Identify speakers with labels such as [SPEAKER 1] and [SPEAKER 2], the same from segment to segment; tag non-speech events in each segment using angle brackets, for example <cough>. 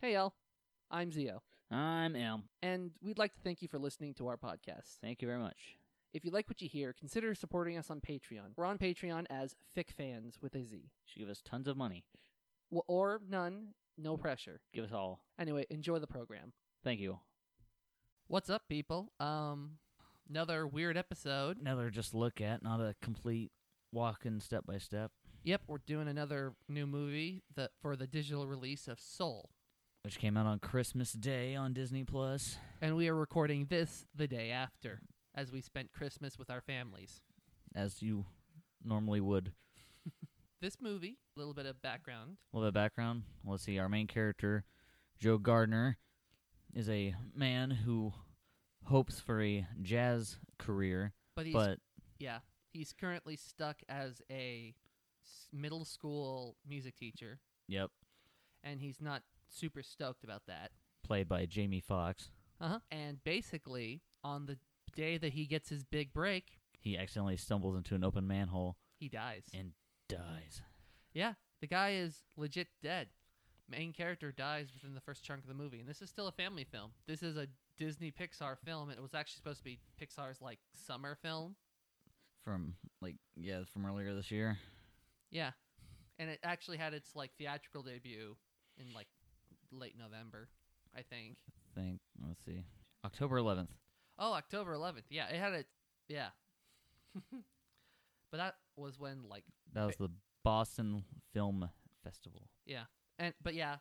[SPEAKER 1] Hey, y'all. I'm Zio,
[SPEAKER 2] I'm Elm.
[SPEAKER 1] and we'd like to thank you for listening to our podcast.
[SPEAKER 2] Thank you very much.
[SPEAKER 1] If you like what you hear, consider supporting us on Patreon. We're on Patreon as FicFans with a Z.
[SPEAKER 2] Should give us tons of money.
[SPEAKER 1] W- Or none, no pressure.
[SPEAKER 2] Give us all.
[SPEAKER 1] Anyway, enjoy the program.
[SPEAKER 2] Thank you.
[SPEAKER 1] What's up, people? Um, another weird episode.
[SPEAKER 2] Another just look at, not a complete walking step by step,
[SPEAKER 1] Yep, we're doing another new movie that for the digital release of Soul,
[SPEAKER 2] which came out on Christmas Day on Disney Plus.
[SPEAKER 1] and we are recording this the day after, as we spent Christmas with our families.
[SPEAKER 2] as you normally would.
[SPEAKER 1] This movie, a little bit of background.
[SPEAKER 2] A little bit of background. Let's see. Our main character, Joe Gardner, is a man who hopes for a jazz career,
[SPEAKER 1] But he's
[SPEAKER 2] but
[SPEAKER 1] yeah, he's currently stuck as a s- middle school music teacher,
[SPEAKER 2] yep,
[SPEAKER 1] and he's not super stoked about that.
[SPEAKER 2] played by Jamie Foxx.
[SPEAKER 1] Uh-huh. And basically, on the day that he gets his big break,
[SPEAKER 2] He accidentally stumbles into an open manhole
[SPEAKER 1] he dies.
[SPEAKER 2] and dies.
[SPEAKER 1] Yeah, the guy is legit dead. Main character dies within the first chunk of the movie, and this is still a family film. This is a Disney Pixar film, and it was actually supposed to be Pixar's like summer film.
[SPEAKER 2] From like yeah, from earlier this year.
[SPEAKER 1] Yeah, and it actually had its like theatrical debut in like late November, I think.
[SPEAKER 2] I think let's see. October eleventh.
[SPEAKER 1] Oh, October 11th. Yeah, it had it. Yeah, <laughs> but that was when like
[SPEAKER 2] That was the Boston Film Festival.
[SPEAKER 1] yeah, and but yeah,
[SPEAKER 2] Or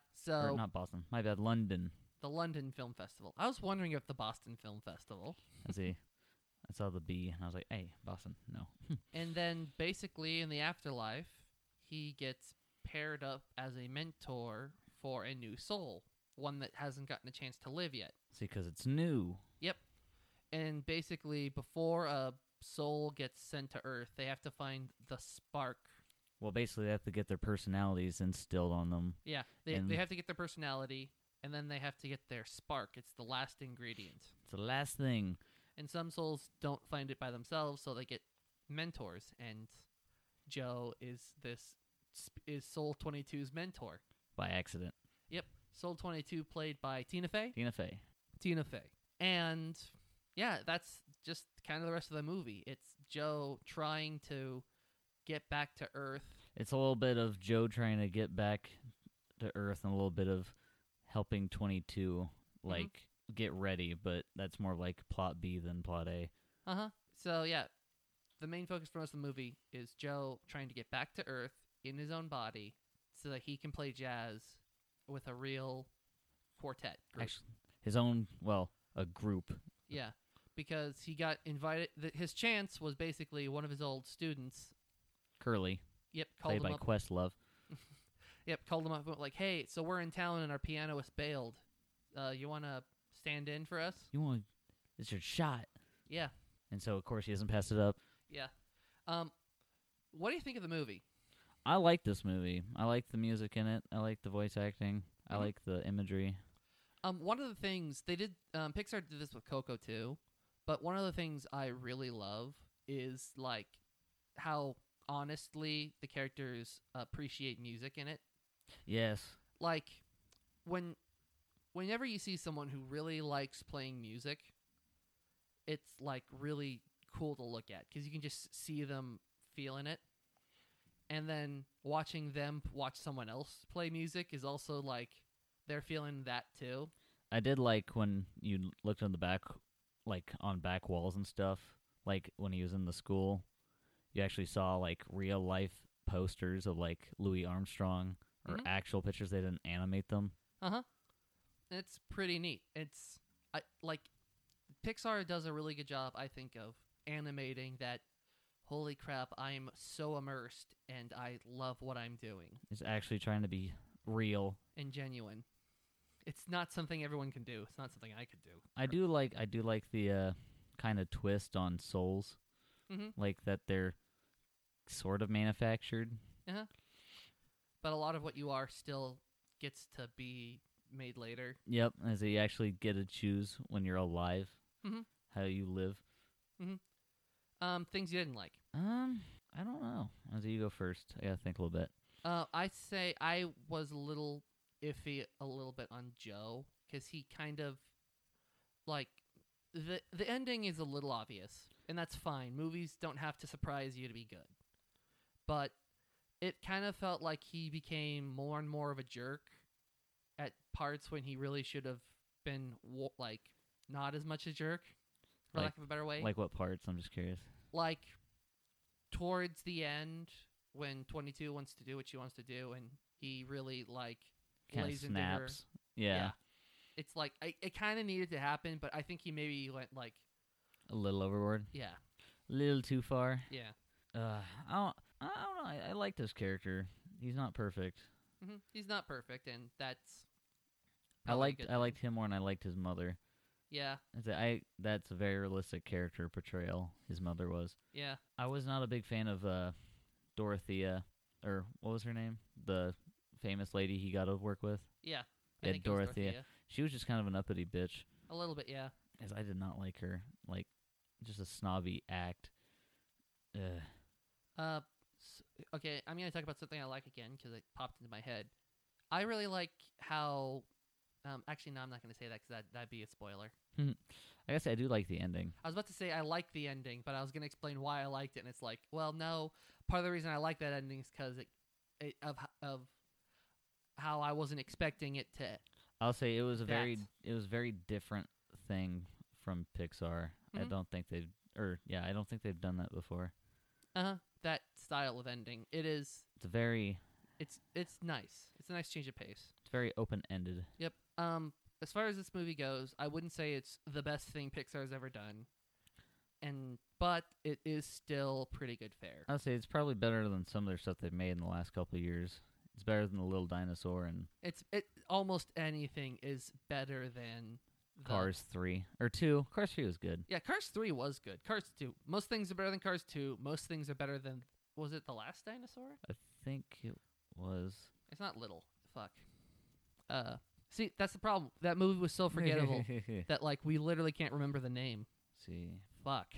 [SPEAKER 1] so
[SPEAKER 2] not Boston. My bad, London.
[SPEAKER 1] the London Film Festival. I was wondering if the Boston Film Festival.
[SPEAKER 2] I see. <laughs> I saw the B and I was like, hey, Boston, no.
[SPEAKER 1] And then basically in the afterlife, he gets paired up as a mentor for a new soul, one that hasn't gotten a chance to live yet.
[SPEAKER 2] See, 'cause it's new.
[SPEAKER 1] And basically, before a soul gets sent to Earth, they have to find the spark.
[SPEAKER 2] Well, basically, they have to get their personalities instilled on them.
[SPEAKER 1] Yeah, they,
[SPEAKER 2] And-
[SPEAKER 1] they have to get their personality, and then they have to get their spark. It's the last ingredient.
[SPEAKER 2] It's the last thing.
[SPEAKER 1] And some souls don't find it by themselves, so they get mentors. And Joe is this sp- is Soul 22's mentor.
[SPEAKER 2] By accident.
[SPEAKER 1] Yep. Soul 22 played by Tina Fey.
[SPEAKER 2] Tina Fey.
[SPEAKER 1] Tina Fey. And yeah, that's just kind of the rest of the movie. It's Joe trying to get back to Earth.
[SPEAKER 2] It's a little bit of Joe trying to get back to Earth and a little bit of helping 22, like, get ready, but that's more like plot B than plot A.
[SPEAKER 1] Uh huh. So yeah, the main focus for most of the movie is Joe trying to get back to Earth in his own body so that he can play jazz with a real quartet. Group.
[SPEAKER 2] Actually, his own, well, a group.
[SPEAKER 1] Yeah, because he got invited. Th- his chance was basically one of his old students.
[SPEAKER 2] Curly,
[SPEAKER 1] Yep, called
[SPEAKER 2] played
[SPEAKER 1] him
[SPEAKER 2] by
[SPEAKER 1] up
[SPEAKER 2] Questlove.
[SPEAKER 1] Yep, called him up. and went Like, hey, so we're in town and our pianoist bailed. Uh, you want to stand in for us?
[SPEAKER 2] You want, it's your shot.
[SPEAKER 1] Yeah,
[SPEAKER 2] And so, of course, he doesn't pass it up.
[SPEAKER 1] yeah. Um, what do you think of the movie?
[SPEAKER 2] I like this movie. I like the music in it. I like the voice acting. I
[SPEAKER 1] Mhm.
[SPEAKER 2] like the imagery.
[SPEAKER 1] Um, one of the things they did, um, Pixar did this with Coco too, but one of the things I really love is like how honestly the characters appreciate music in it.
[SPEAKER 2] Yes.
[SPEAKER 1] Like when, whenever you see someone who really likes playing music, it's like really cool to look at because you can just see them feeling it. And then watching them watch someone else play music is also like they're feeling that too.
[SPEAKER 2] I did like when you l- looked on the back, like on back walls and stuff. Like when he was in the school, you actually saw like real life posters of like Louis Armstrong or
[SPEAKER 1] Mhm.
[SPEAKER 2] actual pictures. They didn't animate them.
[SPEAKER 1] Uh huh. It's pretty neat. It's I like Pixar does a really good job, I think, of animating that. Holy crap! I'm so immersed, and I love what I'm doing
[SPEAKER 2] It's actually trying to be real.
[SPEAKER 1] and genuine. It's not something everyone can do. It's not something I could do.
[SPEAKER 2] I do like I do like the uh, kind of twist on souls,
[SPEAKER 1] Mhm.
[SPEAKER 2] like that they're sort of manufactured.
[SPEAKER 1] But a lot of what you are still gets to be made later.
[SPEAKER 2] Yep, as they actually get to choose when you're alive
[SPEAKER 1] Mhm.
[SPEAKER 2] how you live.
[SPEAKER 1] Um, things you didn't like.
[SPEAKER 2] Um, I don't know. As you go first, I gotta think a little bit.
[SPEAKER 1] Uh, I say I was a little iffy a little bit on Joe because he kind of like the the ending is a little obvious, and that's fine. Movies don't have to surprise you to be good, but it kind of felt like he became more and more of a jerk at parts when he really should have been wa- like not as much a jerk, for
[SPEAKER 2] Like-
[SPEAKER 1] lack of a better way
[SPEAKER 2] Like what parts? I'm just curious.
[SPEAKER 1] like towards the end when 22 wants to do what she wants to do and he really like
[SPEAKER 2] Kind of
[SPEAKER 1] lays into her.
[SPEAKER 2] snaps. Yeah,
[SPEAKER 1] it's like I, it kind of needed to happen but i think he maybe went like
[SPEAKER 2] a little overboard,
[SPEAKER 1] yeah
[SPEAKER 2] a little too far.
[SPEAKER 1] yeah
[SPEAKER 2] Uh, I don't, I don't know. I, I like this character. He's not perfect.
[SPEAKER 1] hmm he's not perfect and that's
[SPEAKER 2] I
[SPEAKER 1] probably a
[SPEAKER 2] liked
[SPEAKER 1] good
[SPEAKER 2] I
[SPEAKER 1] thing.
[SPEAKER 2] liked him more, and I liked his mother.
[SPEAKER 1] yeah
[SPEAKER 2] That's a, I that's a very realistic character portrayal. His mother was.
[SPEAKER 1] yeah
[SPEAKER 2] I was not a big fan of uh, Dorothea, or what was her name? The famous lady he got to work with.
[SPEAKER 1] yeah I
[SPEAKER 2] Yeah,
[SPEAKER 1] think it was
[SPEAKER 2] Dorothea. She was just kind of an uppity bitch,
[SPEAKER 1] a little bit yeah
[SPEAKER 2] as I did not like her. Like, just a snobby act. Ugh.
[SPEAKER 1] uh s okay i'm gonna talk about something i like again because it popped into my head i really like how um actually no i'm not gonna say that because that, that'd be a spoiler
[SPEAKER 2] I guess I do like the ending.
[SPEAKER 1] I was about to say I like the ending, but I was going to explain why I liked it, and it's like, well, no. Part of the reason I like that ending is because it, it of h- of how I wasn't expecting it to.
[SPEAKER 2] I'll say it was a very
[SPEAKER 1] That.
[SPEAKER 2] it was a very different thing from Pixar. I
[SPEAKER 1] Mhm.
[SPEAKER 2] don't think they've or yeah, I don't think they've done that before.
[SPEAKER 1] Uh, that style of ending. It is.
[SPEAKER 2] It's a very
[SPEAKER 1] It's it's nice. It's a nice change of pace.
[SPEAKER 2] it's very open ended.
[SPEAKER 1] Yep. Um, as far as this movie goes, I wouldn't say it's the best thing Pixar's ever done, and but it is still pretty good fare.
[SPEAKER 2] I'll say it's probably better than some of their stuff they've made in the last couple of years. It's better than the Little Dinosaur and
[SPEAKER 1] It's it almost anything is better than the-
[SPEAKER 2] Cars three or two. Cars three was good.
[SPEAKER 1] Yeah, Cars 3 was good. Cars 2. Most things are better than Cars 2. Most things are better than. Was it The Last Dinosaur?
[SPEAKER 2] I think it was.
[SPEAKER 1] It's not little. Fuck. Uh, see, that's the problem. That movie was
[SPEAKER 2] <laughs>
[SPEAKER 1] so <laughs> forgettable that, like, we literally can't remember the name.
[SPEAKER 2] see,
[SPEAKER 1] Fuck.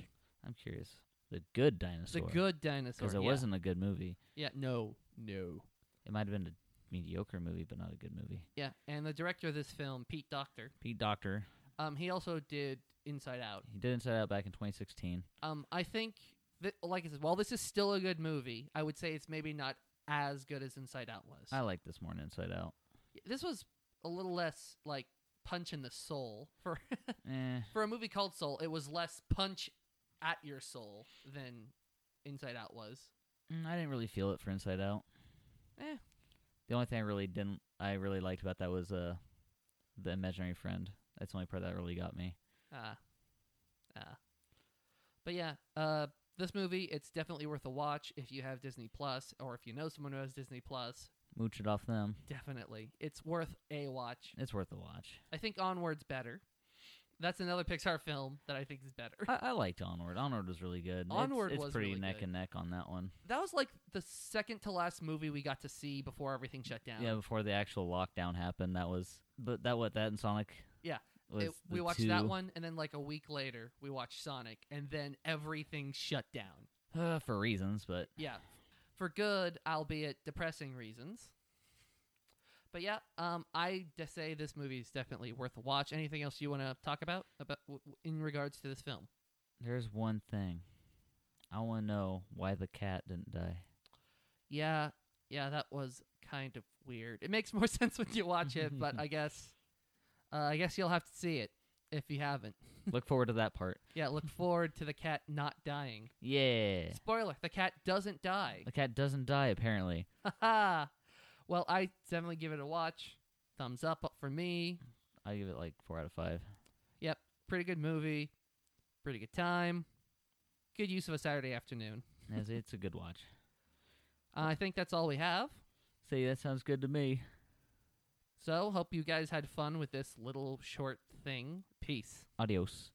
[SPEAKER 2] I'm curious. The good
[SPEAKER 1] The
[SPEAKER 2] dinosaur.
[SPEAKER 1] Good Dinosaur.
[SPEAKER 2] because it
[SPEAKER 1] yeah.
[SPEAKER 2] wasn't a good movie.
[SPEAKER 1] Yeah, no. No.
[SPEAKER 2] It might have been a mediocre movie, but not a good movie.
[SPEAKER 1] Yeah, and the director of this film, Pete Doctor,
[SPEAKER 2] Pete Doctor.
[SPEAKER 1] um, he also did Inside Out.
[SPEAKER 2] He did Inside Out back in 2016.
[SPEAKER 1] Um, I think, that, like I said, while this is still a good movie, I would say it's maybe not as good as Inside Out was.
[SPEAKER 2] I like this more than Inside Out. <laughs>
[SPEAKER 1] this was a little less like punch in the soul for <laughs>
[SPEAKER 2] Eh,
[SPEAKER 1] for a movie called Soul. It was less punch at your soul than Inside Out was.
[SPEAKER 2] mm, I didn't really feel it for Inside Out.
[SPEAKER 1] Eh.
[SPEAKER 2] The only thing I really didn't, I really liked about that was uh, the imaginary friend. That's the only part that really got me.
[SPEAKER 1] Ah, ah. But yeah, uh, this movie it's definitely worth a watch if you have Disney Plus or if you know someone who has Disney Plus.
[SPEAKER 2] Mooch it off them.
[SPEAKER 1] Definitely, it's worth a watch.
[SPEAKER 2] It's worth
[SPEAKER 1] <laughs>
[SPEAKER 2] a watch.
[SPEAKER 1] I think Onward's better. That's another Pixar film that I think is better. <laughs>
[SPEAKER 2] I, I liked Onward. Onward was really good. It's-
[SPEAKER 1] Onward
[SPEAKER 2] it's,
[SPEAKER 1] was
[SPEAKER 2] pretty
[SPEAKER 1] really
[SPEAKER 2] neck
[SPEAKER 1] good.
[SPEAKER 2] and neck on that one.
[SPEAKER 1] That was like the second to last movie we got to see before everything shut down.
[SPEAKER 2] Yeah, before the actual lockdown happened, that was. But that what that and Sonic.
[SPEAKER 1] Yeah.
[SPEAKER 2] was
[SPEAKER 1] It- we
[SPEAKER 2] the
[SPEAKER 1] watched that
[SPEAKER 2] two-
[SPEAKER 1] one, and then like a week later, we watched Sonic, and then everything shut down.
[SPEAKER 2] uh, <sighs> for reasons, but
[SPEAKER 1] Yeah, for good, albeit depressing reasons. But yeah, um, I d- say this movie is definitely worth a watch. Anything else you want to talk about about w- w- in regards to this film?
[SPEAKER 2] there's one thing. I want to know why the cat didn't die.
[SPEAKER 1] Yeah, yeah, that was kind of weird. It makes <laughs> more sense when you watch it, but
[SPEAKER 2] <laughs>
[SPEAKER 1] I guess, uh, I guess you'll have to see it if you haven't.
[SPEAKER 2] Look forward to that part.
[SPEAKER 1] Yeah, look forward to the cat not dying. <laughs>
[SPEAKER 2] Yeah.
[SPEAKER 1] Spoiler: the cat doesn't die.
[SPEAKER 2] The cat doesn't die, apparently.
[SPEAKER 1] Haha. <laughs> well, I definitely give it a watch. Thumbs up for me.
[SPEAKER 2] I give it like four out of five.
[SPEAKER 1] Pretty good movie. Pretty good time. Good use of a Saturday afternoon.
[SPEAKER 2] It's, it's a good watch.
[SPEAKER 1] Uh, I think that's all we have.
[SPEAKER 2] See, that sounds good to me.
[SPEAKER 1] So, hope you guys had fun with this little short thing. Peace.
[SPEAKER 2] Adios.